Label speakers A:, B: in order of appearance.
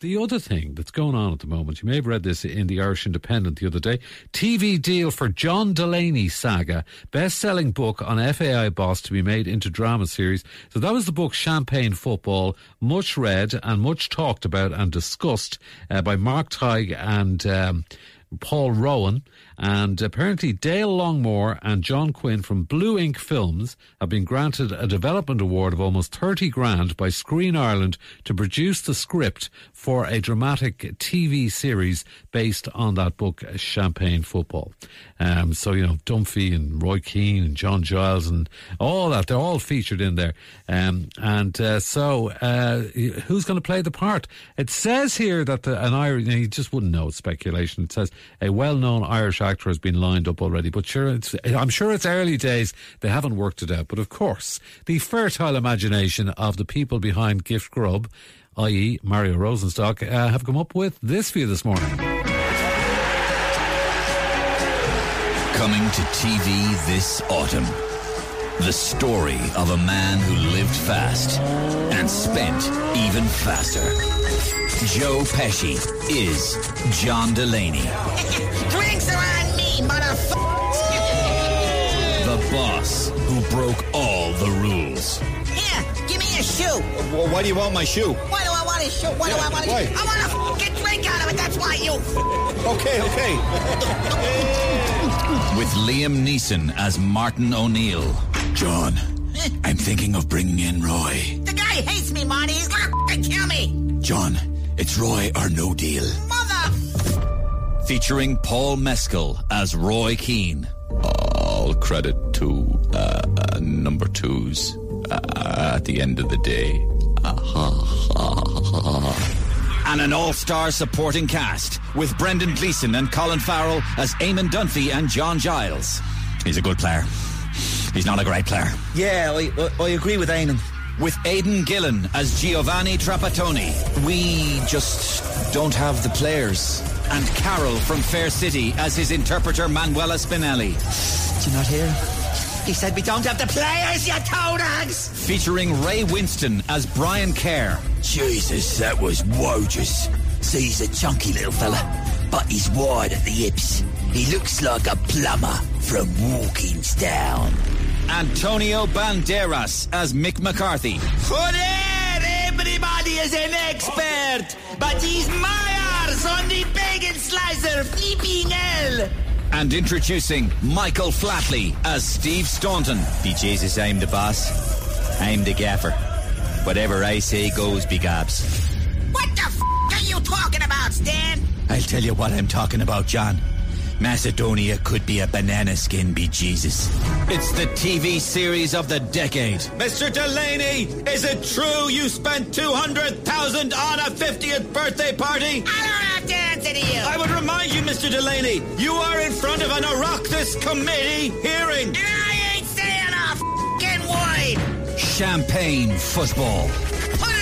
A: The other thing that's going on at the moment, you may have read this in the Irish Independent the other day TV deal for John Delaney saga, best selling book on FAI boss to be made into drama series. So that was the book Champagne Football, much read and much talked about and discussed uh, by Mark Tighe and. Um, Paul Rowan, and apparently Dale Longmore and John Quinn from Blue Ink Films have been granted a development award of almost 30 grand by Screen Ireland to produce the script for a dramatic TV series based on that book, Champagne Football. Um, so, you know, Dunphy and Roy Keane and John Giles and all that, they're all featured in there. Um, and uh, so, uh, who's going to play the part? It says here that the, an Irish, you just wouldn't know, it's speculation. It says a well-known Irish actor has been lined up already, but sure, it's, I'm sure it's early days. They haven't worked it out, but of course, the fertile imagination of the people behind Gift Grub, i.e., Mario Rosenstock, uh, have come up with this for you this morning.
B: Coming to TV this autumn. The story of a man who lived fast and spent even faster. Joe Pesci is John Delaney.
C: Drinks are on me, motherfucker!
B: The boss who broke all the rules.
C: Here, give me a shoe.
D: Well, why do you want my shoe?
C: Why do I want a shoe? Why do
D: Yeah,
C: I want a
D: why?
C: shoe? I want a fucking drink out of it, that's why you.
D: Okay, okay.
B: With Liam Neeson as Martin O'Neill. John, I'm thinking of bringing in Roy.
C: The guy hates me, Marty. He's gonna fucking kill me.
B: John, it's Roy or no deal.
C: Mother.
B: featuring Paul Mescal as Roy Keane. All credit to uh, uh, number twos uh, at the end of the day. Uh-huh. and an all-star supporting cast with Brendan Gleeson and Colin Farrell as Eamon Dunphy and John Giles. He's a good player. He's not a great player.
D: Yeah, I, I, I agree with Ainan.
B: With Aidan Gillen as Giovanni Trapattoni. We just don't have the players. And Carol from Fair City as his interpreter Manuela Spinelli.
D: Do you not hear?
C: He said we don't have the players, you toadags.
B: Featuring Ray Winston as Brian Kerr.
E: Jesus, that was wogus. See, he's a chunky little fella, but he's wide at the hips. He looks like a plumber from Walkingstown.
B: Antonio Banderas as Mick McCarthy.
E: Everybody is an expert, but he's Myers on the bacon slicer, flipping hell.
B: And introducing Michael Flatley as Steve Staunton. Be Jesus, I'm the boss. I'm the gaffer. Whatever I say goes, be gabs.
C: What the f are you talking about, Stan?
B: I'll tell you what I'm talking about, John. Macedonia could be a banana skin, be Jesus. It's the TV series of the decade.
D: Mr. Delaney, is it true you spent 200,000 on a 50th birthday party?
C: I don't have to answer to you.
D: I would remind you, Mr. Delaney, you are in front of an Oireachtas committee hearing.
C: And I ain't saying a fucking word.
B: Champagne football.
C: Put